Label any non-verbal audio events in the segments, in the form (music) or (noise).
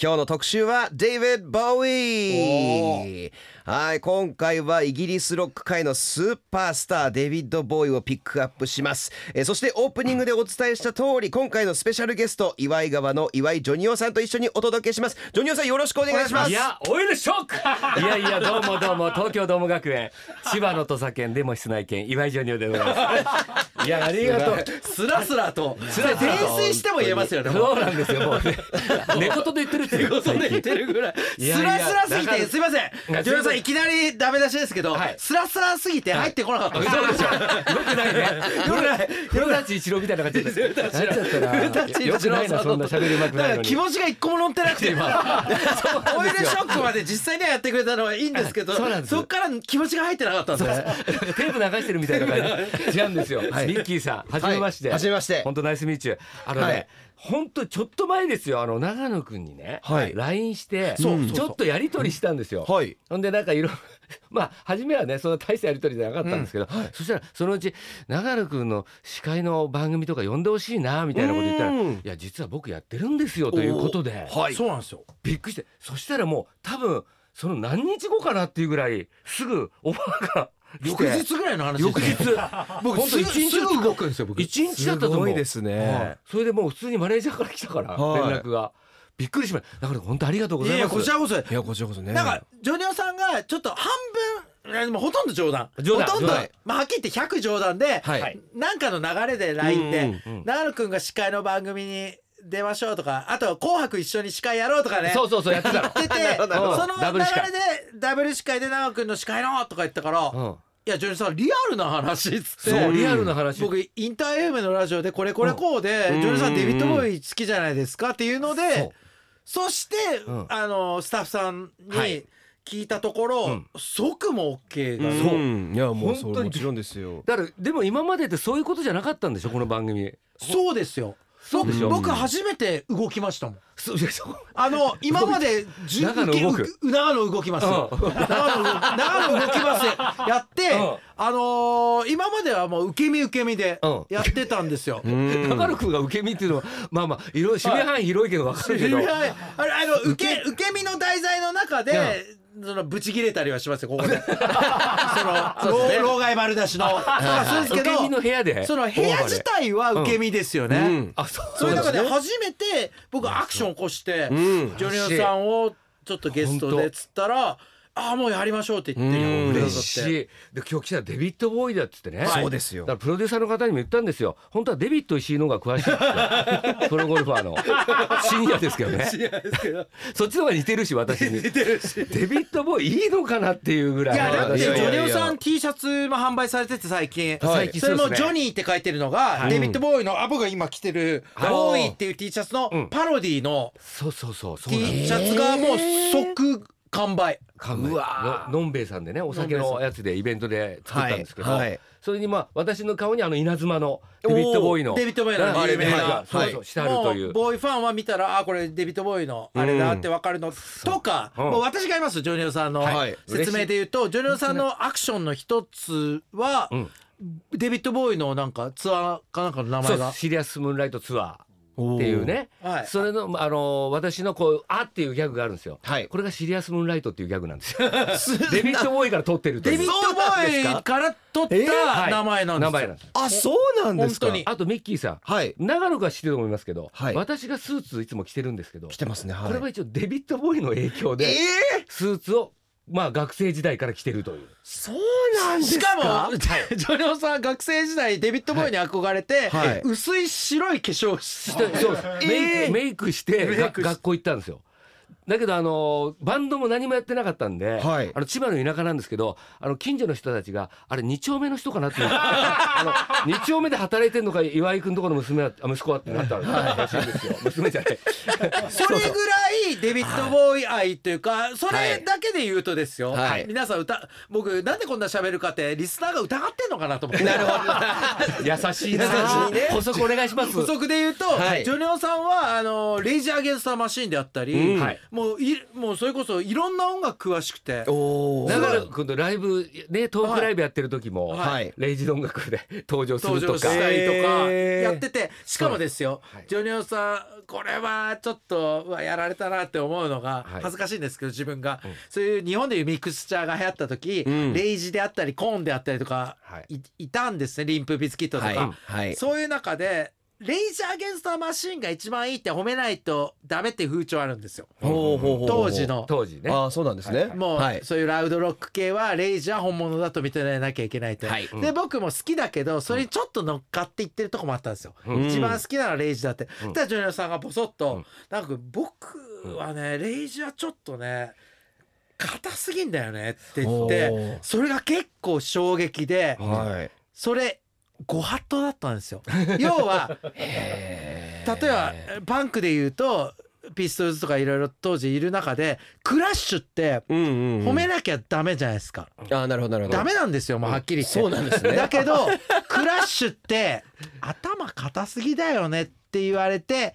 今日の特集はデイビッド・ボおーイはい今回はイギリスロック界のスーパースターデイビッド・ボーイをピックアップしますえーそしてオープニングでお伝えした通り今回のスペシャルゲスト岩井川の岩井ジョニオさんと一緒にお届けしますジョニオさんよろしくお願いしますいやオイルショックいやいやどうもどうも東京ドーム学園千葉の土佐県でも室内県岩井ジョニオでございますいやありがとうスラスラとラスラと訂正しても言えますよねもうそうなんですよもうね寝言で言ってるっていうこそで言ってるぐらいいやいスやラスラすぎだからてすいませんジョニオさんいきなりダメ出しですけどはいスラスラすぎて入ってこなかったですそうでしょよくないねよくない古舘一郎みたいな感じでなっちゃったな古舘一よくないな郎そんな喋りうまくだかないらの気に持ちが一個も乗ってなくて (laughs) 今オイルショックまで実際にはやってくれたのはいいんですけどそうなんですそっから気持ちが入ってなかったんですよ (laughs) なんかテープ流してるみたいな感じ違うんですよ、はいミッキーさん初めまして、はい初めまして本当ナイスミーチューあのね、はい本当ちょっと前ですよあの長野くんにね、はい LINE してそうそうそうちょっとやり取りしたんですよ、はいほんでなんかいろ (laughs) まあ初めはねそんな大したやり取りじゃなかったんですけど、そしたらそのうち長野くんの司会の番組とか呼んでほしいなみたいなこと言ったらういんや実は僕やってるんですよということではいそうなんですよびっくりしてそしたらもう多分その何日後かなっていうぐらいすぐオファーが来て翌日ぐらいの話翌日 (laughs) 僕本当す一日すぐ動くんですよ僕一日だったと思うすはいそれでもう普通にマネージャーから来たから連はい絡がびっくりしましただから本当ありがとうごいざやいいやますこちらこそいやこちらこそねなんかジョニオさんがちょっと半分いやでもほとんど冗談冗談ほとんど冗談まあはっきり言って100冗談で、はいなんかの流れで LINE でうんうん長野くんが司会の番組に出ましょうとかあとは「紅白」一緒に司会やろうとかねそうそうそうやってた (laughs) 言っててなるほどそなるほどの流れダブル司会でダブル司会で長野くんの司会のとか言ったから「いのやジョニオさんリアルな話」っつうんっそうて。リアルな話僕インター FM のラジオでこれこれこうで、うんジョニオさうんんデビッド・ボーイ好きじゃないですかっていうので、そうそして、うんあのスタッフさんはいに聞いたところ、うん即も OK だ、そううんいやもうそ本れ当にもちろんですよだからでも今までってそういうことじゃなかったんでしょこの番組そうですよそうでしょ僕初めて動きましたもんそういやそうあの今までじゅ長野動くう長野動きますよう長野動長野動きますやって、うんあのー今まではもう受け身受け身でうんやってたんですよ、中野くんが受け身っていうのはまあまあいろいろ守備範囲広いけど分かるけどいやいやあれあの受け受け身の題材の中で、そのブチ切れたりはしますよここでその老老害丸出しのとかするんですけ受け身のど部屋でその部屋自体は受け身ですよね、うんあそうそういう中でそうですね初めて僕アクション起こして、んジョニオさんをちょっとゲストでっつったら「ああもうやりましょう」って言ってうくんだ嬉さってしいで今日来たらデビッド・ボーイだっつってね、そうですよだからプロデューサーの方にも言ったんですよ本当はデビッド石井の方が詳しいっつってプロゴルファーのシニアですけどね (laughs) そっちの方が似てるし私に似てるしデビッド・ボーイいいのかなっていうぐらいいやだって私ジはョニオいやいやいさやん T シャツも販売されてて最近、最近それそうもでジすねョニーって書いてるのが、デビッド・ボーイのあ僕が今着てる「はいボーイ」っていう T シャツうんのパロディのそうそうそうそうなんで T すシャツがもう即完売うわののんべえさんでねお酒のやつでイベントで作ったんですけど、はいはいそれにまあ私の顔にあの稲妻のデビッド・ボーイおのーデビッドボーイのあれ有名ながそうそはうしてあるといもううボーイファンは見たらあこれデビッド・ボーイのあれだってわかるの、とか、うんもう私がいますジョニオさんのはい説明で言うと、ジョニオさんのアクションの一つは、うんデビッド・ボーイのなんかツアーかなんかの名そ前うがシリアスムーンライトツアーっていうね、おーはいそれのあの私のこうあっていうギャグがあるんですよ、はいこれがシリアスムーンライトっていうギャグなん (laughs) ですよデビッドボーイから取ってるとデいうビッそうド・ボなんですーかイから取った名前なんで名す前よなんですあそうなんですか本当にあとミッキーさんはい長野が知ってると思いますけど、はい私がスーツいつも着てるんですけど、来てますねはこれはい一応デビッドボーイの影響えでスーツをまあ学生時代から着てるというそうなんしかも、ジョニオさん学生時代デビッド・ボーイに憧れて、はい薄い白い化粧をして、そうですメイえークメイクしてメイがクして学校行ったんですよだけどあのバンドも何もやってなかったんで、はいあの千葉の田舎なんですけどあの近所の人たちがあれ2丁目の人かなっていうあの2丁目で働いてんのか岩井君とこの娘はあ息子はってなったらしいんですよ娘じゃないそれぐらいデビッド・ボーイ愛というかそれだけで言うとですよ、はい皆さん歌僕なんでこんな喋るかってリスナーが疑ってんのかなと思って優しいな優しいね補足お願いしま (laughs) す補足で言うと、はいジョニオさんはあのレイジー・アゲンスター・マシーンであったり、うんはいもういもうそれこそいろんな音楽詳しくて (laughs) おだーから今度ライブねトークライブやってる時も、はいはいレイジ音楽で登場す登ると場しかたりとかへーやっててしかもですよ、はいジョニオさんこれはちょっとうわやられたなって思うのがはい恥ずかしいんですけど自分が、うんそういう日本でいうミクスチャーが流行った時、うんレイジであったりコーンであったりとかはいいいたんですねリンプビスキットとか、はいはいそういう中でレイジアゲンストマシーンが一番いいって褒めないとダメっていう風潮あるんですよほうほうほうほう当時の。当時ねああそうなんですねもう、はいそういうラウドロック系はレイジは本物だと認めなきゃいけないと、はいうんで僕も好きだけどそれにちょっと乗っかっていってるとこもあったんですよ、うん一番好きなのはレイジだって、んただジョニオさんがボソッと、うんなんか僕はねレイジはちょっとね硬すぎんだよねって言っおてーそれが結構衝撃ではいそれご法度だったんです (laughs) よ要はへー例えばパンクで言うとピストルズとかいろいろ当時いる中でクラッシュってうんうんうん褒めなきゃダメじゃないですか、ああなるほどなるほどダメなんですよもうはっきり言って、そうなんですねだけどクラッシュって頭硬すぎだよねって言われて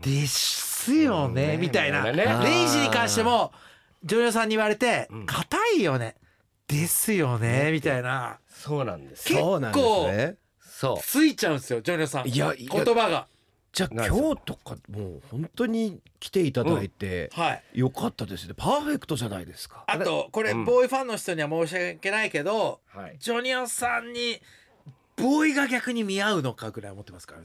ですよねみたいなねレイジに関してもジョニオさんに言われてうん硬いよねですよねみたいなそうなんです結構そうなんですねそついちゃうんですよジョニオさんいやい言や葉がじゃあ今日とかもう本当に来ていただいてはいよかったですねパーフェクトじゃないですかあとこれうんボーイファンの人には申し訳ないけどう、はい、ジョニオさんにボーイが逆に見合うのかぐらい思ってますから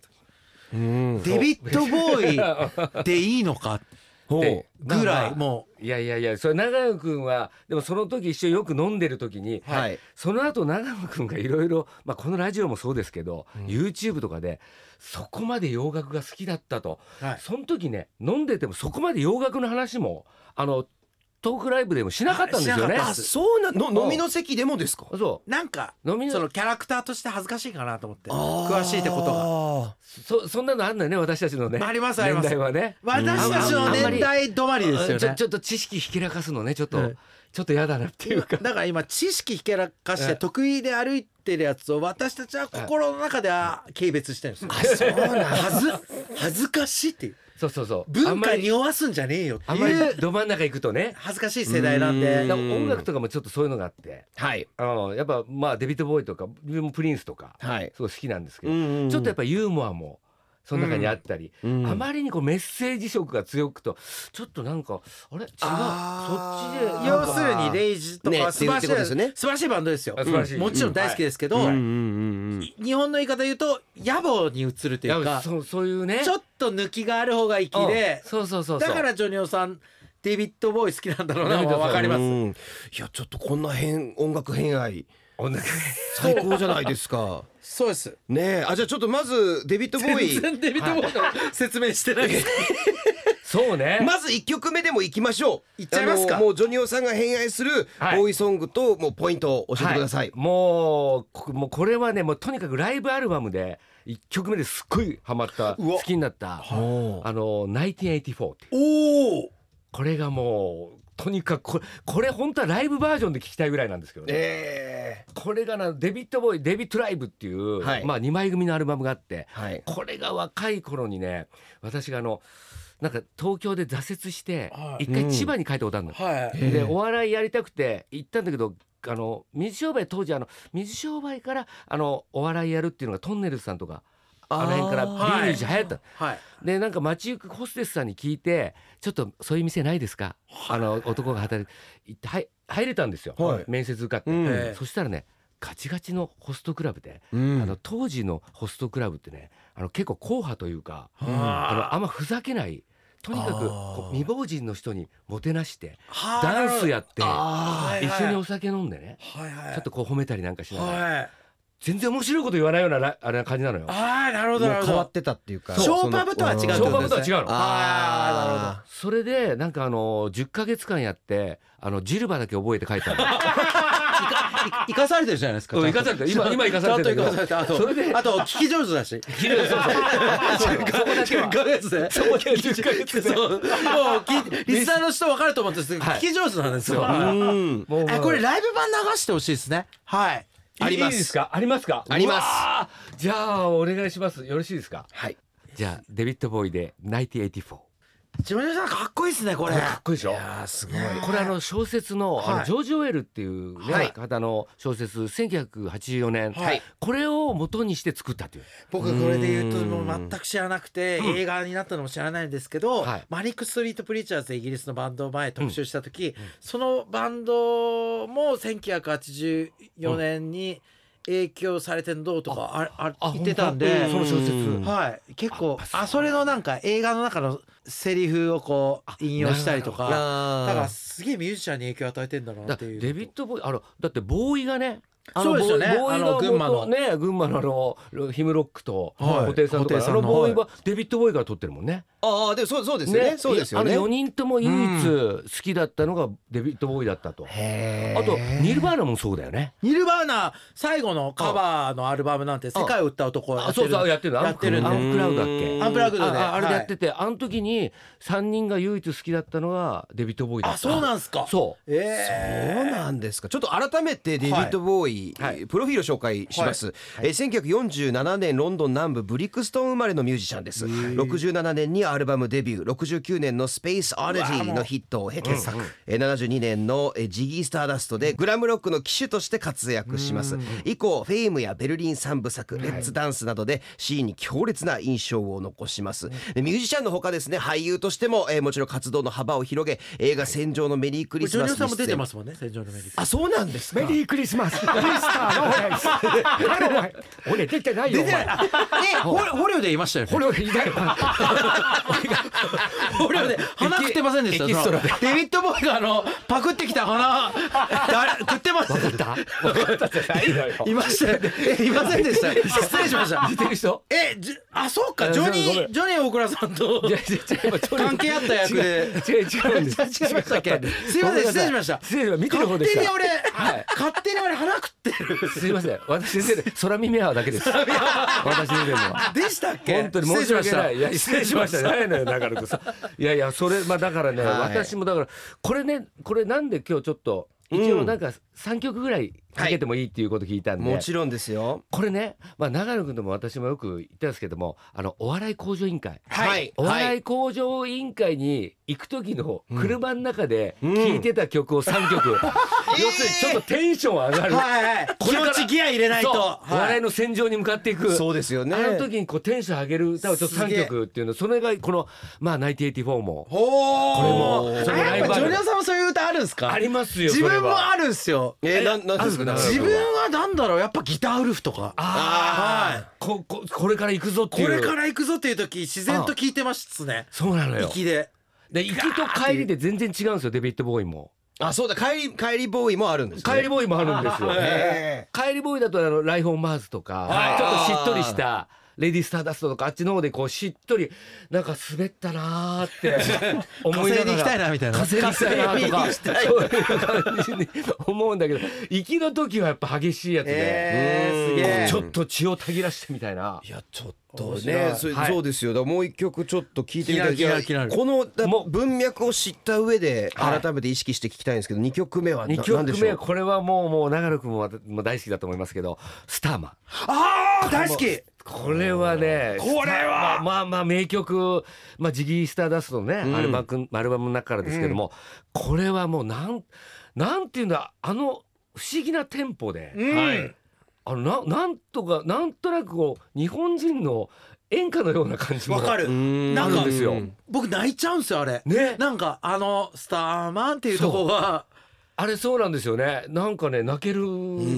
うんデビッド・ボ (laughs) ーイでいいのか (laughs) ほうぐらいもいやいやいやそれ長野くんはでもその時一緒によく飲んでる時に、はいその後長野くんがいろいろまあこのラジオもそうですけど、YouTube とかでそこまで洋楽が好きだったとう、はい、その時ね飲んでてもそこまで洋楽の話もあのトークライブでもしなかったんですよしなねかったあそうなの飲みの席でもですかそなんかう飲みのそのキャラクターとして恥ずかしいかなと思って詳しいってことががそそんなのあんのよね私たちのねありますあり年ます代はね私たちの年代止まりですよちょねちょっと知識ひけらかすのねちょっと、うんちょっとやだなっていうかだから今知識ひけらかして得意で歩いてるやつを私たちは心の中では軽蔑してるんですよ恥ず恥ずかしいっていうそうそうそう文化あんまりにわすんじゃねえよってあんまりいうど真ん中行くとね恥ずかしい世代なんうだんでから音楽とかもちょっとそういうのがあってはいあのやっぱまあデビッド・ボーイとか自分もプリンスとかはいすごい好きなんですけうど、んちょっとやっぱユーモアもその中にあったり、うんあまりにこうメッセージ色が強くとちょっとなんかあれ違うあーそっちで要するにレイジとかねは素晴らしってい、いうことですよね素晴らしいバンドですよあ素晴らしいもちろん大好きですけど、うんうんうんうんい日本の言い方言うと野暮に移るといういやかそうそういうねちょっと抜きがある方が粋でうんそうそうそうそうだからジョニオさんデビッド・ボーイ好きなんだろうなデビッドさんわかります、うんいやちょっとこんな変音楽偏愛お腹最高じゃないです (laughs) かそうですねえあじゃあちょっとまずデビッド・ボ全ーイ然デビッド・ボーイの説明してないですそ (laughs) うね、まず一曲目でも行きましょう行っちゃいますかあのもうジョニオさんが偏愛するはいボーイソングともうポイントを教えてください、はもうこもうこれはねもうとにかくライブアルバムで1曲目ですっごいハマったうわ好きになった「あおーの1984」って (laughs) おおこれがもうとにかくこれこれ本当はライブバージョンで聴きたいぐらいなんですけどね、えこれがなデビッド・ボーイデビッド・ライブっていう、はいまあ、2枚組のアルバムがあっえてはいこれが若い頃にね私があのなんか東京で挫折してはい一回千葉に帰ったことあるのよ、はいええでお笑いやりたくて行ったんだけどあの水商売当時あの水商売からあのお笑いやるっていうのがトンネルズさんとかあの辺からビはいールじゃ流行ったの、はいでなんか街行くホステスさんに聞いて「ちょっとそういう店ないですか?」あの男が働いて行ってはい入れたんですよ、はい面接受かって、うんええそしたらねガチガチのホストクラブで、うんあの当時のホストクラブってねあの結構硬派というかうんあのはあんまふざけないとにかくこあーう未亡人の人にもてなしてあダンスやってあはい一はい緒にお酒飲んでねはいはいちょっとこう褒めたりなんかしながらはい全然面白いこと言わないようなラあれな感じなのよ。ああなるほーどなもるうほ変わっどてたっていうかショーパブとは違うってシこョーパとブでとはすね違うのああそれでなんかあの10ヶ月間やってあのジルバだけ覚えて書いたの。生かされてるじゃないですかうんちゃんと生かされてる今今生かされてちるゃんと生かされてあとそれであと聞き上手だし (laughs) ジルそうそう。そこだけは10ヶ月でそこだけは10ヶ月で。そうもう聞いリスナーの人分かると思うんですけどは聞いき上手なんですよーあうん (laughs) もうこれライブ版流してほしいですねはいありまいいですすかありますかありますすじゃあお願いしますよろしいですかはいじゃあデビッド・ボーイで「1984」ジョニオさんかっこいいですねこれかっこいいでしょあーすごいこれあの小説の,、あはのいジョージ・オエルっていう、ねはい方の小説1984年、はいこれを元にして作ったという僕これで言うとうんもう全く知らなくて映画になったのも知らないんですけど、はいマリック・ストリート・プリーチャーズでイギリスのバンドを前特集した時、そのバンドも1984年に影響されてるのどうとかああ言ってたんで本当その小説、うんはい、結構あそうあそれのなんか映画の中のセリフをこう引用したりとあかだからーすげえミュージシャンに影響与えてんだなだっかてらいうデビッド・ボーイあのだってボーイがねあそうですよねボーイあのボーイ群馬がの元ね群馬のあのヒムロックとはい布袋さんと布袋かさあんののボーイはデビッド・ボーイが撮ってるもんね。あーでもそうそうですよねそうですよあねの4人とも唯一好きだったのがデビッド・ボーイだったと。へーあとニルバーナもそうだよね。ニルバーナ最後のカバーのアルバムなんて「世界を売った男」をやあってそるうそうやってるのやってるんアでンプラウドだっけ。アンプラグドであああれでやっててて、あの時に3人が唯一好きだったのがデビッド・ボーイだっあた。そうなんすかそうえそうえなんですかちょっと改めてデイビッド・ボーイ、はいプロフィールを紹介します、えー1947年ロンドン南部ブリクストン生まれのミュージシャンです67年にアルバムデビュー69年の「スペース・オデジー」のヒットを経て、えー72年のえー「ジギー・スターダスト」でグラムロックの騎手として活躍します以降フェイムやベルリン三部作「レッツ・ダンス」などでシーンに強烈な印象を残しますでミュージシャンのほかですね俳優としても、えーもちろん活動の幅を広げ映画「戦場のメリークリジスョマニス」オさんも出てますすもんね戦場のメリークあそうなんですかメリークリスマス。 (laughs) クリスターの方がいいです。あのお前俺出てないよ。お前え捕捕虜でいましたよこれ俺いないわ。 (laughs) 捕 (laughs) 虜で花食ってませんでしたエキストラでそのデビッド・ボーイがあのパクってきた花だ食ってますいましたよねえいませんでした (laughs) 失礼しました似てる人えじあそうかあジョごめニーんジョニー大倉さんといやいや違う今ちょっと関係あった役で違う違う違うんで (laughs) す違いましたっけすいません失礼しました失礼しました見てる方勝でし手たに俺はい勝手に俺腹食ってるすいません私先生空耳アワーだけです私出てるのはでしたっけ本当に申し訳ないいや失礼しましたじゃないのよ中野君さいやいやそれまあだからねはい私もだからこれねこれなんで今日ちょっと一応なんか三曲ぐらいかけてもいいっていうこと聞いたんもでちろんですよ。これねまあ長野君とも私もよく言ったんですけどもあのお笑い向上委員会はいおはい笑い向上委員会に行く時の車の中でん聴いてた曲を3曲、 (laughs) 要するにちょっとテンション上がる、はいはいこれ気から持ちギア入れないとそう、おは笑いいの戦場に向かっていくそうですよね。あの時にこうテンション上げる歌をちょっと3曲っていうのそれがこの「まあ、1984」もほこれもーそれもあやっぱジライブあるョニオさんもそういう歌あるんすかありますよ自それ分もはあるんすよえー、なんなんですか。あるんですか中自野君分ははなんだろうやっぱギターウルフとかあーはこここれから行くぞっいていこうれから行くぞっていう時自然と聞いてますねそうなのよ息でで行きと帰りで全然違うんですよデビッド・ボーイもあ、そうだ。帰り帰りボーイもあるんです、ね。帰りボーイもあるんですよえ帰りボーイだとあのライフ・オン・マーズとか、はいちょっとしっとりしたレディ・スターダストとかあっちの方でこうしっとりなんか滑ったなーって (laughs) 思いな稼がらいでいきたいなみたいな稼いでいきたいなとかそういう感じに思うんだけど行きの時はやっぱ激しいやつで、えーすげええちょっと血をたぎらしてみたいなーいやちょっ面と白ねいそ,、はいうですよだからもう一曲ちょっと聞いてみたい気になる気になる気になこるのだもう文脈を知った上ではい改めて意識して聞きたいんですけど二曲目はな2何曲でし目ょはうこれはもうもう長野君も私も大好きだと思いますけど「スターマン」ああ大好きこれはねこれはまあまあまあ名曲、まあ、ジギー・スターダストのね、うんアルバムアルバムの中からですけども、これはもうなんなんていうんだあの不思議なテンポで、うんあのななんとかなんとなくこう日本人の演歌のような感じもわかるるななんかあるんですよ僕泣いちゃうんすよあれねなんかあの「スターマン」っていうとこがあれそうなんですよねなんかね泣ける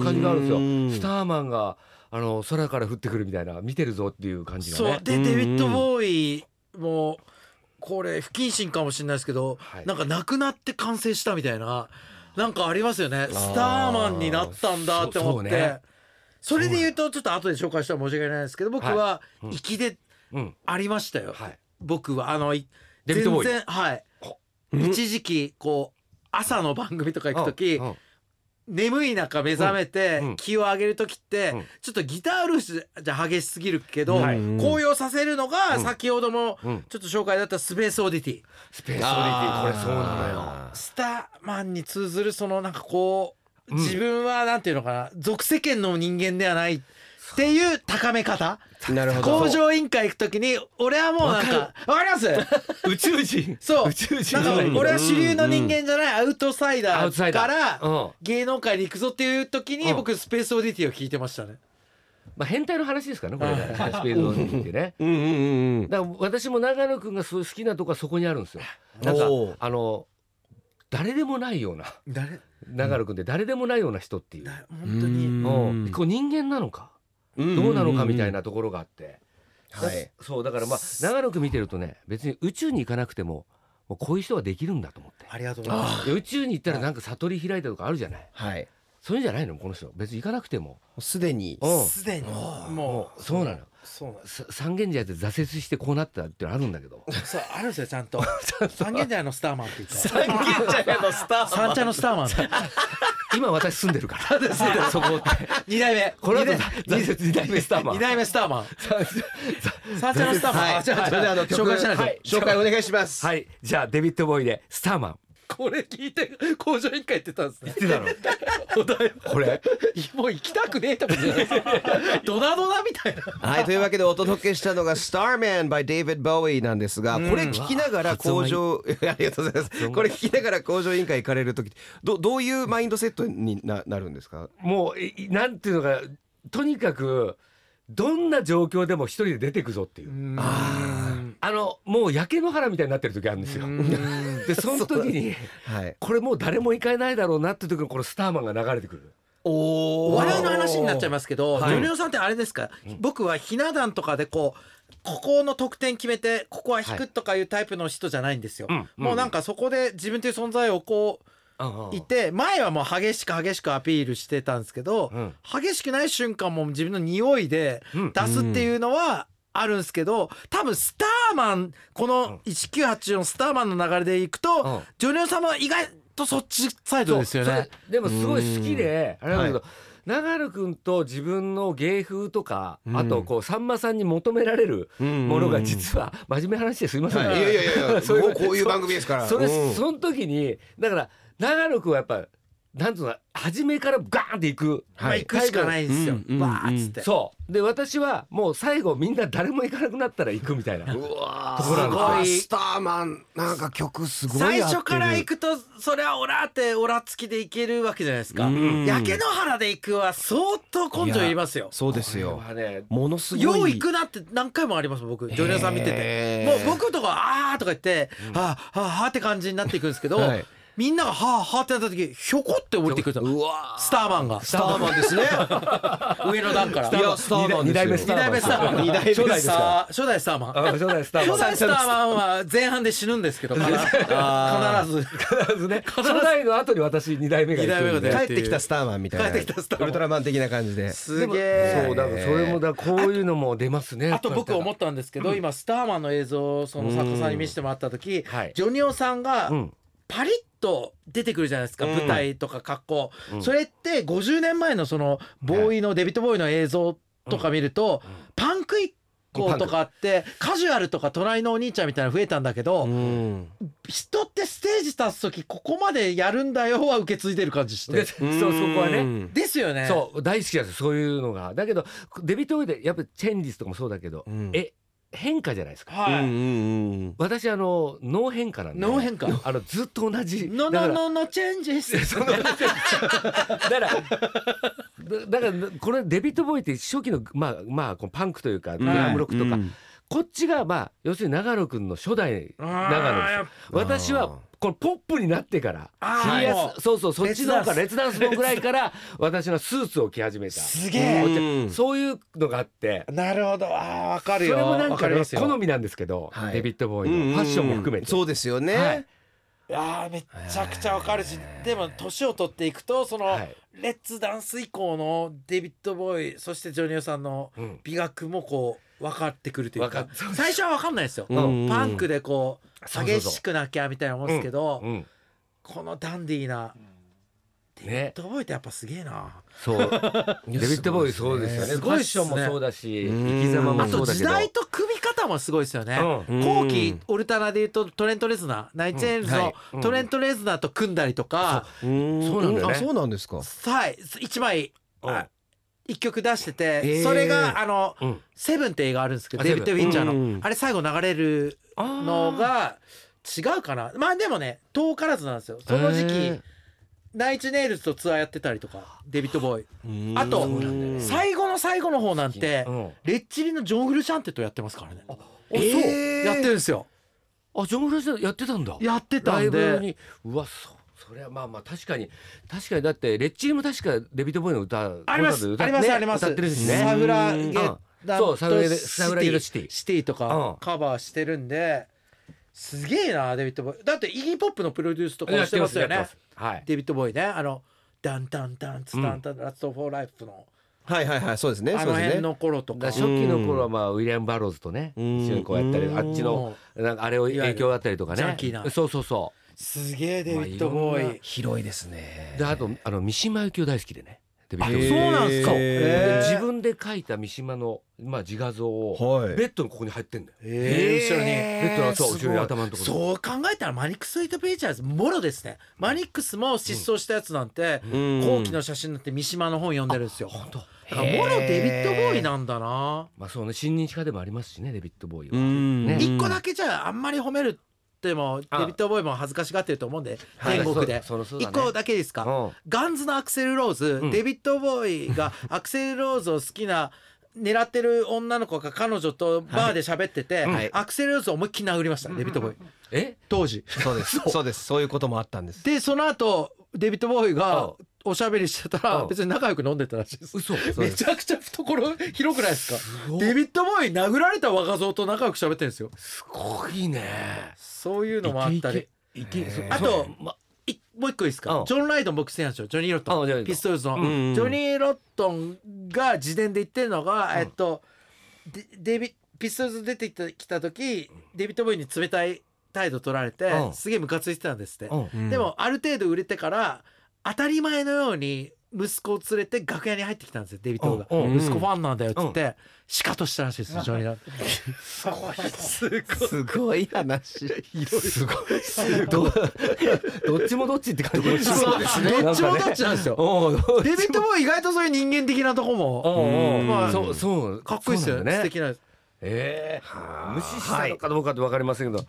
感じがあるんですようんスターマンがあの空から降ってくるみたいな見てるぞっていう感じがそう,、ねでうんデビッド・ボーイもこれ不謹慎かもしれないですけど、はいなんかなくなって完成したみたいななんかありますよねスターマンになったんだって思ってそそ,、うねれで言うとちょっと後で紹介したら申し訳ないですけど僕はうん粋でうんありましたよ、はい僕はあのいデビッドボーイ全然はいほ一時期こう朝の番組とか行く時、うんうん眠い中目覚めてうん気を上げる時ってうんちょっとギターウルフじゃ激しすぎるけどはい高揚させるのが先ほどもうんちょっと紹介だったスペースオーディティスペースオリティこれそうなのよスターマンに通ずるそのなんかこううん自分はなんていうのかな属世間の人間ではないっていう高め方なるほど工場委員会行くときに俺はもうなんかわかります宇宙人そう宇宙人なんかうん俺は主流の人間じゃないアウトサイアダウトサーイかダーらうん芸能界に行くぞっていう時にうん僕スペースオーディティを聞いてましたねまあ変態の話ですからねこれねスペードってねうんうんうんうんだから私も長野くんがそう好きなとこはそこにあるんですよなんかおーあの誰でもないような誰長野くんって誰でもないような人っていう誰本当にうんこう人間なのかどうなのかみたいなところがあってはいそうだからまあ長野くん見てるとね別に宇宙に行かなくてももうこういう人はできるんだと思ってありがとうございますで宇宙に行ったらなんか悟り開いたとかあるじゃないはいそういうんじゃないのこの人別に行かなくてもすでにうんすでにももううそうなのそうなんですさ三軒茶屋で挫折してこうなったっていうのあるんだけどそうあるんですよちゃんと三軒茶屋のスターマンっていうか (laughs) 三軒茶屋のスター三茶のスターマン (laughs) 今私住んでるからそこ (laughs) って二代目この後二代 (laughs) 挫折二代目スターマ二ン代目スターマン三茶のスターマンはあいじゃそあじれではあゃのあ紹曲介しないとはい紹介お願いしますはいじゃあデビッド・ボーイでスターマンこれ聞いて工場委員会行ってたんですね言ってたのお題これもう行きたくねえと思ってたドナドナみたいなはいというわけでお届けしたのが「Starman by David Bowie」なんですがこれ聞きながら工場 (laughs) ありがとうございますこれ聞きながら工場委員会行かれる時どどういうマインドセットにななるんですかもういなんていうのかとにかくどんな状況でも一人で出てくぞっていう、あのもう焼け野原みたいになってる時あるんですよ、 (laughs) でその時にはいこれもう誰も行かないだろうなって時にこのスターマンが流れてくるおお笑いの話になっちゃいますけど、はいジョニオさんってあれですか、僕はひな壇とかでこうここの得点決めてここは引くとかいうタイプの人じゃないんですよ、うんもうなんかそこで自分という存在をこういて前はもう激しく激しくアピールしてたんですけど、うん激しくない瞬間も自分の匂いでうん出すっていうのはあるんですけど多分スターマンこの1984スターマンの流れでいくと、うんジョニオさんは意外とそっちサイドですよそうね。それでもすごい好きであれなんだけど、は長野くんと自分の芸風とか、うんあとこうさんまさんに求められるもものが実は真面目な話ですいませんね、はい、いやいやいやいや (laughs) そういうもうこういう番組ですからそれ、うんその時にだから長野くんはやっぱなんつうの初めからガーンっていく、まあ行くしかないんですよ。うんうんわーっつって。そうで私はもう最後みんな誰も行かなくなったら行くみたいなうわところなんですごいよすスターマンなんか曲すごい最初から行くくとそれはオラってオラつきで行けるわけじゃないですかうん焼け野原で行くは相当根性いりますよそうですよこれはねものすごいよう行くなって何回もあります僕ジョニオさん見ててへもうー僕とか「あー」とか言って「はあはあはあ」って感じになっていくんですけど、はいみんなが「はあはあ」ってなった時ひょこって降りてくるんですようわスターマンがスターマンですね (laughs) 上の段からいやスターマン二代目でスすタよーマン二代目スターマン二代目スターマン初代ですかさあ初代スターマンあ初代スターマン初代スターマンは前半で死ぬんですけど必ず (laughs) あ必ず必ずね初代の後に私二代目が行くん二代目でが帰ってきたスターマンみたいな帰ってきたスターマンウルトラマン的な感じですでげえもそうだからそれもだからこういうのも出ますねあと僕思ったんですけど、今スターマンの映像をその作家さんに見せてもらった時、はいジョニオさんがうんパリッと出てくるじゃないですか、うん舞台とか格好、うんそれって50年前のそのボーイの、デビットボーイの映像とか見ると、パンク一行とかあってカジュアルとか隣のお兄ちゃんみたいなの増えたんだけど、うん人ってステージ立つ時ここまでやるんだよは受け継いでる感じしでて。そうそこはねですよね。そう大好きなんですそういうのがだけどデビット・ウェイでやっぱチェンジスとかもそうだけど、うんえ変化じゃないですかうんはうい。んうん私あの脳変化なんで脳変化あのずっと同じのだかのらののチェンジス。だからだだからこれデビット・ボーイって初期のまあまあこのパンクというかグラムロックとか、うんこっちがまあ要するに長野くんの初代長野ですあよ私あーはこのポップになってからあーシリアスもうそうそうそっちの方からレ列ダンスのぐらいから私のスーツを着始めたすげえうんそういうのがあってー (laughs) なるほど。ああわかるよ。それもなんわかかりねますよ好みなんですけど、はいデビッド・ボーうイんうんうのんファッションも含めて、そうですよね、はいいやーめっちゃくちゃわかるしでも年を取っていくとその、はいレッツダンス以降のデビッド・ボーイそしてジョニオさんのうん美学もこう分かってくるというかわかっ最初は分かんないですよ、うんパンクでこそううそう激そうしくなきゃみたいなもんですけどうんこのダンディーなデねビッド・ボーイってやっぱすげえな、そう (laughs) デビッド・ボーイそうですよねすファごいッっシすョねンもそうだしうん生き様もあそとうだけ時ど代と組み方もすごいですよね、うん後期オルタナでいうとトレント・レズナーナイチェーンズうんのはトレント・レズナーと組んだりとか、うんそうなんだよねあそうなんですかはい一枚うんあ一曲出してて、えーそれがあの、うんセブンって映画あるんですけどあデビッド・ウィンチャーの、うんあれ最後流れるのが違うかなまあでもね遠からずなんですよその時期、へーナイチネイルズとツアーやってたりとかデビッド・ボーイあとそうなんだよね最後の最後の方なんて、うんレッチリのジョン・フルシャンテとやってますからねあそうやってるんですよあジョン・フレスやってたんだやってたライんブで用にうわそうそれはまあまあ確かに確かにだってレッチリも確かデビッド・ボーイの歌あります、コンサあーりまトで歌っす、ねあります。歌ってるしねサフラゲうんダそうサフラゲとサフラゲドシティシティとうんかカバーしてるんで、すげえな、デビッド・ボーイ。だって、イギー・ポップのプロデュースとかもしてますよやっねて。ますはいデビッド・ボーイね、あの、ダンダンダンツダンダン、ラスト・フォー・ライフの、はいはいはいそうですねあそのうです辺ねの頃とかだから。初期の頃はまあウィリアム・バローズとねうん一緒にこうやったりうんあっちのなんかあれを影響だったりとかいわゆねるジャンキーなそうそうそすげえ、デビッまド・あいろんボなーイ。広いですねうであとあの三島由紀夫大好きでねデビッドボーイへーそうなんすかそへうでー自分で描いた三島のまあ自画像をはいベッドのここに入ってんだよえー後ろにベッドのそうす後ごいろに頭のとこそろう考えたらマニックス・スイート・ピーチャーズもろですねマニックスも失踪したやつなんて、後期の写真になって三島の本読んでるんですよ本当だからもろデビッド・ボーイなんだなまあそうね新日課でもありますしねデビッド・ボーイはねね一個だけじゃああんまり褒めるってもデあビッド・ボーイも恥ずかしがってると思うんではい天国でそうそうそうだ一ね個だけですかうんガンズのアクセル・ローズうんデビッド・ボーイ (laughs) がアクセル・ローズを好きな狙ってる女の子が彼女とバーで喋ってて、はいアクセル・ローズを思いっきり殴りました、デビッド・ボーイえ当時そうですそうですそういうこともあったんですでその後デビッド・ボーイうがんおしゃべりしてたうらん別に仲良く飲んでたらしいです嘘めちゃくちゃ懐広くないですかごいデビッド・ボーイ殴られた若造と仲良く喋ってるんですよすごいねそういうのもあったりいけいけいけあそとうまいもう一個いいですうかんジョン・ライドン僕好きなんですよジョニー・ロッあジョトニーロットンンピストルズのうジんうんうんョニー・ロットンが自伝で言ってるのが、えっとデデビピストルズ出てきたきた時デビッド・ボーイに冷たい態度取られて、うんすげえムカついてたんですって、うんうんでもある程度売れてから当たり前のように息子を連れて楽屋に入ってきたんですよデビッドが、うんうん息子ファンなんだよっつってシカトしたらしいですよジョニーランすごいすごい話すごいどどっちもどっちって感 (laughs) じそうですねどっちもどっちなんですよおおデビッドも意外とそういう人間的なとこもおまあそうそうかっこいいですそようなんね素だね敵なええ無視したのかどうかってわかりませんけど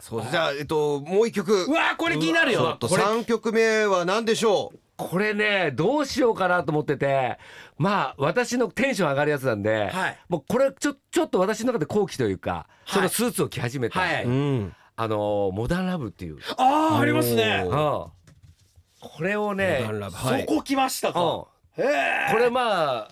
そうですじゃあえっともう一曲うわーこれ気になるちょよっとこれ三曲目は何でしょうこれねどうしようかなと思っててまあ私のテンション上がるやつなんではいもうこれちょちょっと私の中で後期というかいそのスーツを着始めたはいんあのモダンラブっていうあーありますねうんこれをねダンラブそこ来ましたかうへえんこれまあ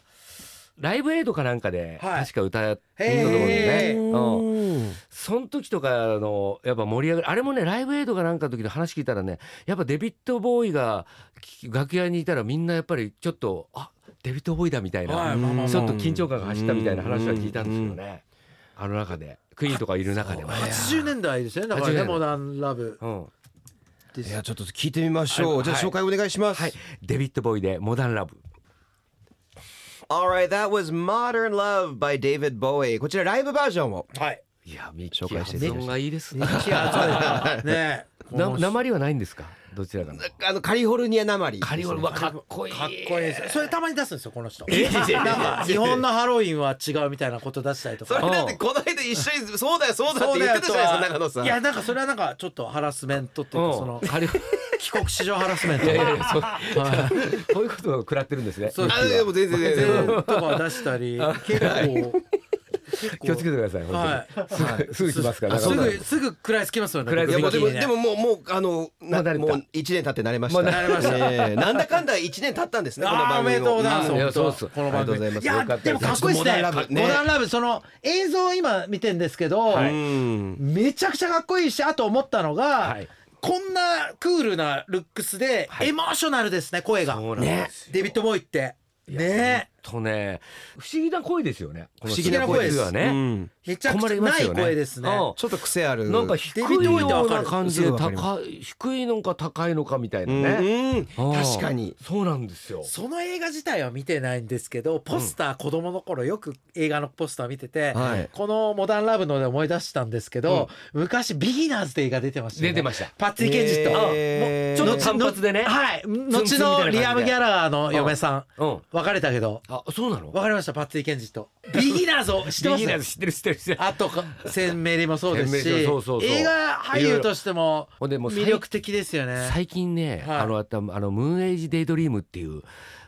ライブエイドかなんかではい確か歌ってたと思うんへーでねうんその時とかのやっぱ盛り上がるあれもねライブエイドかなんかの時の話聞いたらねやっぱデビッド・ボーイがき楽屋にいたらみんなやっぱりちょっとあデビッド・ボーイだみたいはないまあまあちょっと緊張感が走ったみたいな話は聞いたんですよねあの中でクイーンとかいる中でもね80年代ですよねだから80ね年代モダンラブうんでいすやちょっと聞いてみましょはういじゃあ紹介お願いしますはいデビッド・ボーイで「モダン・ラブ」 Alright, that was Modern Love by David Bowie こちらライブバージョンをはいいやミッキ紹介していただきましたーがいいですねいやそうだねえな鉛はないんですかどちらかのあのカリフォルニアなまりカリオルはかっこいいかっこいいですそれたまに出すんですよこの人えなんか日本のハロウィンは違うみたいなこと出したりとそれかだってこの間一緒にそうだよそうだよって言ってたじゃないですか中野さんいやなんかそれはなんかちょっとハラスメントっていうかそのうんカリオル帰国子女ハラスメントいやいやいやそう (laughs) こういうことを食らってるんですねそうミッあキーはでも全然全然とか出したり結構気をつけてくださいは本い当にすぐすぐ来ますからあす中村ぐすぐ食らいつきますよね食らいいやつもうきで僕もにねでももうもうあのもなう慣れたもう一年経って慣れましたもう慣れましたええなんだかんだ一年経ったんですねこのあー番お組めでとうございますいや本当そうっすこのあ番組りがとうございますよかやったでもかっこいいですモダンねラブねモダンラブその映像を今見てんですけどはいうんめちゃくちゃかっこいいしあと思ったのがはいこんなクールなルックスではいエモーショナルですね声がそうなんでねすよデビッド・ボーイってねとね不思議な声ですよねこの不思議な声です実はうねんめちゃく困ちりゃまなすいよね声ですねうんちょっと癖あるなんかデ低ビいッドボーイってよわうかなる感じすでぐわかりま高い低いのか高いのかみたいなうんねうんうん確かにそうなんですよその映画自体は見てないんですけどポスター、子供の頃よく映画のポスター見てて、はいこの「モダンラブ」ので思い出したんですけど、昔「ビギナーズ」って映画出てましたよね出てましたパッツィ・ケンジと、えーちょっと単発でねはいツンツンみた後いな感のじでリアム・ギャラーの嫁さんうん別れたけどあそうなのわかりましたパッツィ・ケンジとビギナーズを知ってまビギナーズす知ってる知ってる知ってるあとか鮮明にもそうです (laughs) 鮮明しそうそうそう映画俳優としてもほんでもう最魅力的ですよね最近ね、はいあのあったあのムーンエイジ・デイドリームっていう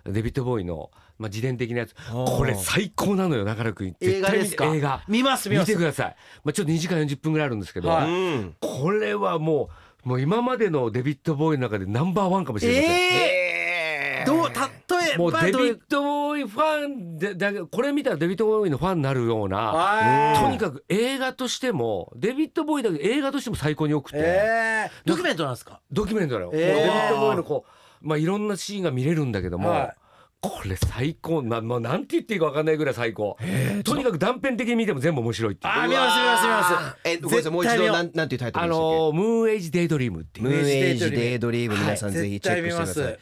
デビッド・ボーイの、まあ、自伝的なやつおーこれ最高なのよ中野君映絶画対見でてすか映画見ます見見ますてください、まあ、ちょっと2時間40分ぐらいあるんですけど、はいうんこれはもうもう今までのデビッド・ボーイの中でナンバーワンかもしれません、えー、どう例えもうばデビどういッうド・ボーイファンでだけこれ見たらデビッド・ボーイのファンになるようなあーとにかく映画としてもデビッド・ボーイだけど映画としても最高に良くて、えー、ドキュメントなんですかドキュメントだよ、えーデビッド・ボーイのこう、まあ、いろんなシーンが見れるんだけども、はいこれ最高な,、まあ、なんて言っていいか分かんないぐらい最高、とにかく断片的に見ても全部面白いっていうあ見ます見ます見ますえごめんなさいもう一絶対見度ようなんなんていうタイトあルでしたっけ、のームーンエイジ・デイドリームっていうムーンエイジデデイイドドリーム皆さんぜひチェックしてください、はい絶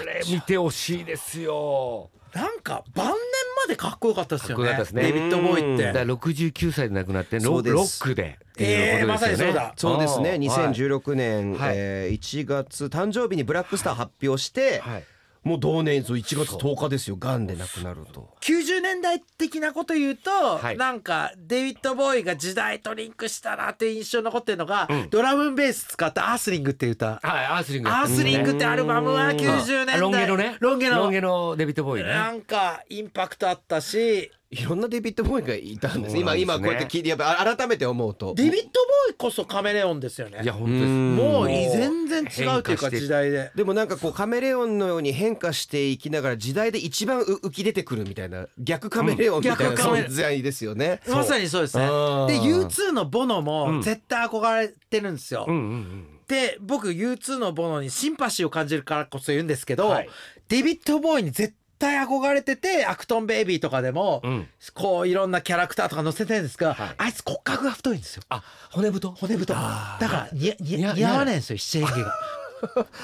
これ見てほしい対見ますよ対見ますなんか晩年までかっこよかったですよねかっこよかったでデすねビッド・ボーイっだかてら69歳で亡くなってロそうですロックでっていうことですえーまさにそようね、だそうですねはい2016年、はいえー1月誕生日にブラックスター発表して、はいもう同年そう1月10日ですよがんで亡くなると90年代的なこと言うと、いなんかデビッド・ボーイが時代とリンクしたなっていう印象に残ってるのが、ドラムンベース使った「アースリング」っていう歌。はいアースリングアースリングってアルバムは90年代ロン毛のねロン毛のデビッド・ボーイねなんかインパクトあったしいろんなデビッド・ボーイがいたんですそうなん今です今こねうやって聞いてやっぱあ改めて思うとデビッド・ボーイこそカメレオンですよねいや本当ですもうい全然違うっていう変化かして時代ででもなんかこうカメレオンのように変化していきながら時代で一番う浮き出てくるみたいな逆カメレオンみたいなうん逆カメ存在ですよね。まさにそうですねであー U2 のボノうもん絶対憧れてるんですよ、うんうんうんで僕 U2 のボノにシンパシーを感じるからこそ言うんですけど、はいデビッド・ボーイに絶対憧れててアクトン・ベイビーとかでも、うんこういろんなキャラクターとか載せてるんですが、はいあいつ骨格が太いんですよあ骨太骨太だからにににゃ似合わないんですよ七変化が。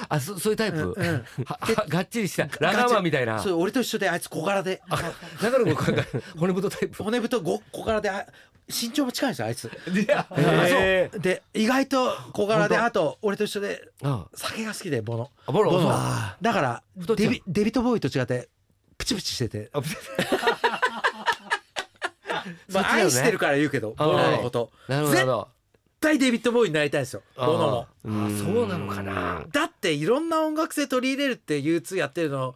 あそそういうタイプ、うんうんははがっちりした (laughs) ラガーマンみたいなそう俺と一緒であいつ小柄で中野君これ骨太タイプ骨太ご小柄であ身長も近いんですよあいつ。いやあそうで意外と小柄で本当あと俺と一緒でそうあ酒が好きでボノ。あボロボノあだから太っちゃデうビデビットボーイと違ってプチプチしてて、まあ、そっちだよね愛してるから言うけどボあノーのことなるほどなるほど絶対デビットボーイになりたいんですよボあーノも。あそうなのかなだっていろんな音楽性取り入れるって U2 やってるの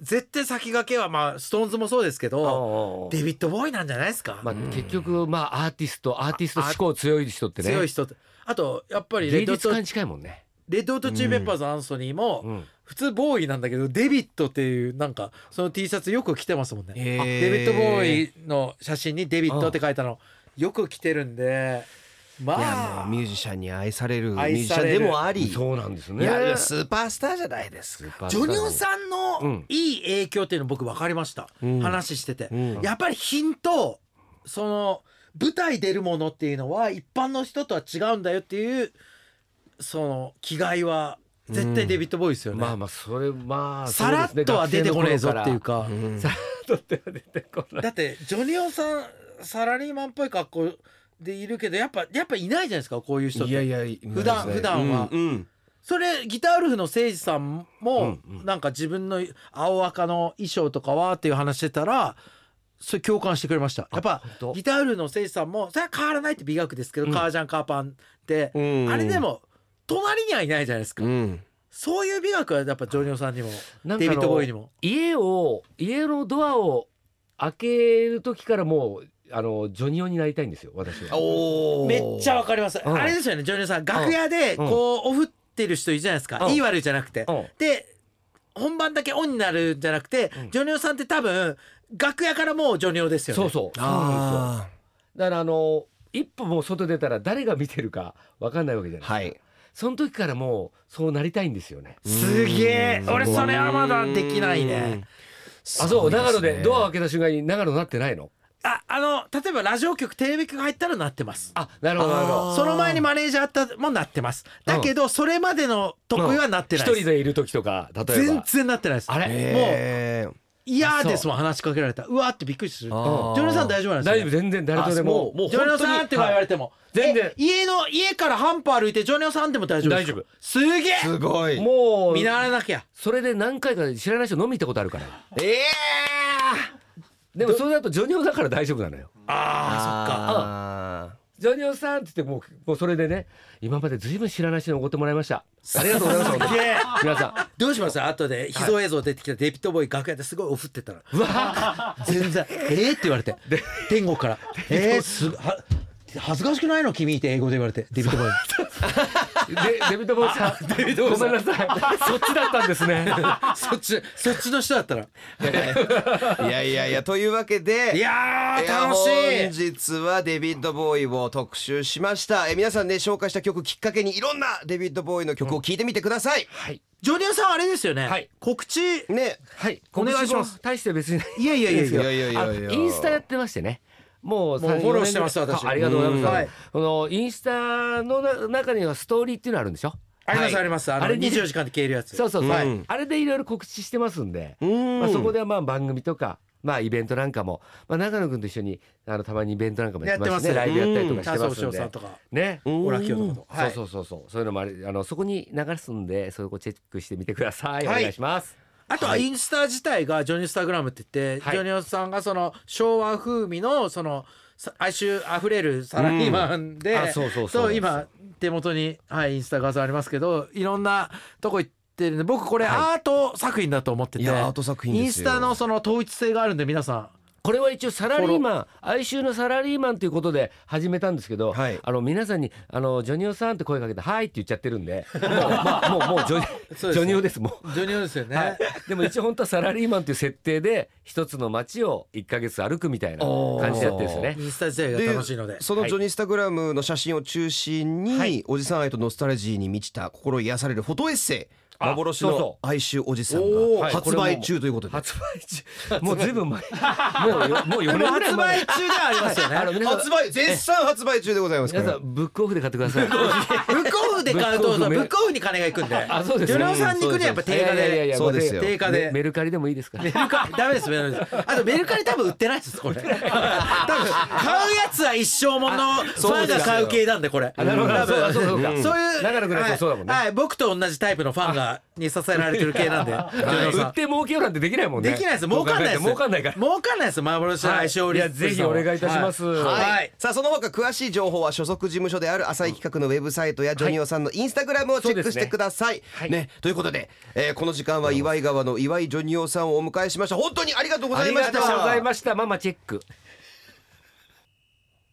絶対先駆けはまあ SixTONES もそうですけどおうおうおうデビッド・ボーイなんじゃないですか、まあ、結局まあアーティストアーティスト志向強い人ってね強い人ってあとやっぱりレ芸ッド術と家に近いもんね、レッド・オート・チーペッパーズ・アンソニーうもん、普通ボーイなんだけどデビッドっていうなんかその T シャツよく着てますもんね、へーあデビッド・ボーイの写真にデビッドって書いたのよく着てるんでいやまあもうミュージシャンに愛されるミュー愛ジシャさンれでるもあり、そうなんですいねやいやスーパースターじゃないですか。ジョニオんさんうのんいい影響っていうの僕分かりました、ん話してて、うんやっぱり品とその舞台出るものっていうのは一般の人とは違うんだよっていうその気概は絶対デビッド・ボーイですよね、まあまあそれまあさらっとは出てこねえぞっていうかか、さらっとっては出てこ (laughs) ないだってジョニオさんサラリーマンっぽい格好でいるけどやっぱやっぱいないじゃないですかこういう人ってや普段普段はうんうんそれギターウルフの誠司さんも、なんか自分の青赤の衣装とかはっていう話してたらそれ共感してくれましたやっぱ当ギターウルフの誠司さんもそれは変わらないって美学ですけど、カージャンカーパンって、うんあれでも隣にはいないじゃないですか、うんそういう美学はやっぱジョニオさんにもなんかデあビッのド・ボーイにも家を家のドアを開ける時からもうあのジョニオになりたいんですよ私はおーめっちゃわかります、うんあれですよねジョニオさん楽屋でうんこうオフってる人いるじゃないですか、うんいい悪いじゃなくて、うんで本番だけオンになるんじゃなくて、うんジョニオさんって多分楽屋からもうジョニオですよねそうそうそうなんですよあだからあの一歩もう外出たら誰が見てるかわかんないわけじーゃない、はい。その時からもうそうなりたいんですよねすげえ俺それはまだできないねああそう長野でドアを開けた瞬間に長野なってないのああの例えばラジオ局テレビ局入ったらなってますあなるほどなるほどその前にマネージャーあったもなってますだけどそれまでの得意はなってない一です人でいる時とか例えば全然なってないですあれえ嫌ですもん話しかけられたらうわーってびっくりするあジーョニオさん大丈夫なんですよ大ね丈夫全然誰とでももうもうジョニオさんって言われても、全然え家の家から半歩歩いてジョニオさんでも大丈夫ですか大丈夫すげえーすごい。もう見習わなきゃそれで何回か知らない人飲み行ったことあるからええでもそれだとジョニオだから大丈夫なのよ。ああジョニオさんって言ってもうもうそれでね今までずいぶん知らない人に怒ってもらいました。ありがとうございました。皆さん (laughs) どうします後で秘蔵映像出てきたデビッドボーイ楽屋ですごいおふってたら「全然ええー?」って言われて天国から「えー、すは恥ずかしくないの君」って英語で言われてデビッドボーイでデビッド・ボーイさんごめんなさいそっちだったんですねそっちそっちの人だったらいやいやいやというわけでいやいーや楽しい本日はデビッド・ボーイを特集しましたえ皆さんね紹介した曲きっかけにいろんなデビッド・ボーイの曲を聴いてみてください、ジョニオさんあれですよね、はい告知ねはいお願いします大して別にないいやいやいやいいややいやいやいやあインスタやってましてねもうもう3フォローしてます4年ぐらい私あありがとうございます、うんはいこのインスタのな中にはストーリーっていうのあるんでしょありますはいありますあのあれ24時間で消えるやつそうそうそう、はいあれでいろいろ告知してますんで、うんまあ、そこではまあ番組とか、まあ、イベントなんかも、まあ、長野君と一緒にあのたまにイベントなんかもやってますねやラっイてブますやっねたりと笹かしてま生すん翔で、さんとかねオラキオとかもはいそうそうそうそうそういうのもあれあのそこに流すんでそこチェックしてみてください、はいお願いしますあとはインスタ自体がジョニースタグラムって言って、はいジョニオさんがその昭和風味のそのさ哀愁あふれるサラリーマンで、あそうそうそうそう今手元に、はい、インスタ画像ありますけどいろんなとこ行ってるんで僕これアート作品だと思ってて、いやアート作品ですイよンスタのその統一性があるんで皆さんこれは一応サラリーマン哀愁のサラリーマンということで始めたんですけど、はいあの皆さんにあの「ジョニオさん」って声かけて「はい」って言っちゃってる (laughs) んでもう,、まあ、もうもうジョニそうですねジョニオですもう。ジョニオですよね、はい、でも一応本当はサラリーマンという設定で一つの街を1か月歩くみたいな感じでやってるんですよねインスタ自体が楽しい (laughs) のでそのジョニースタグラムの写真を中心に、おじさん愛とノスタルジーに満ちた心癒されるフォトエッセイあ幻そうのそ哀愁おじさんおーがはい発売中ということで、発売中もうずいぶん前も (laughs) うよもう4年ぐらい発前売中ではありますよね、あの皆さん発売絶賛発売中でございますか皆さらんブックオフで買ってくださいブックオフで買うとブブックオフめックオフに金がいくんであそうですジねョニオさんに行くにはやっぱ定価いやいやいやいでやそうですよ定価でメメルカリでもいいですからメルカリダメですメルカリあとメルカリ多分売ってないです (laughs) これ多分買うやつは一生ものファンが買う系なんでこれあなるほど多分そうかそうかそうかそういう長野君のやつもそうだもんねはいはい僕と同じタイプのファンがに支えられてる系なんで (laughs) ジョニオさ売っんて儲けようなんてできないもんねできないです儲かんないです儲かんないから儲かんないです幻の相性はいいやぜひお願いいたしますはいはい、はいさあその他詳しい情報は所属事務所である浅井企画のウェブサイトやジョニオさんのインスタグラムをチェックしてください。はいねということで、えーこの時間は岩井川の岩井ジョニオさんをお迎えしました本当にありがとうごあざいりまがした。とうございましたママチェック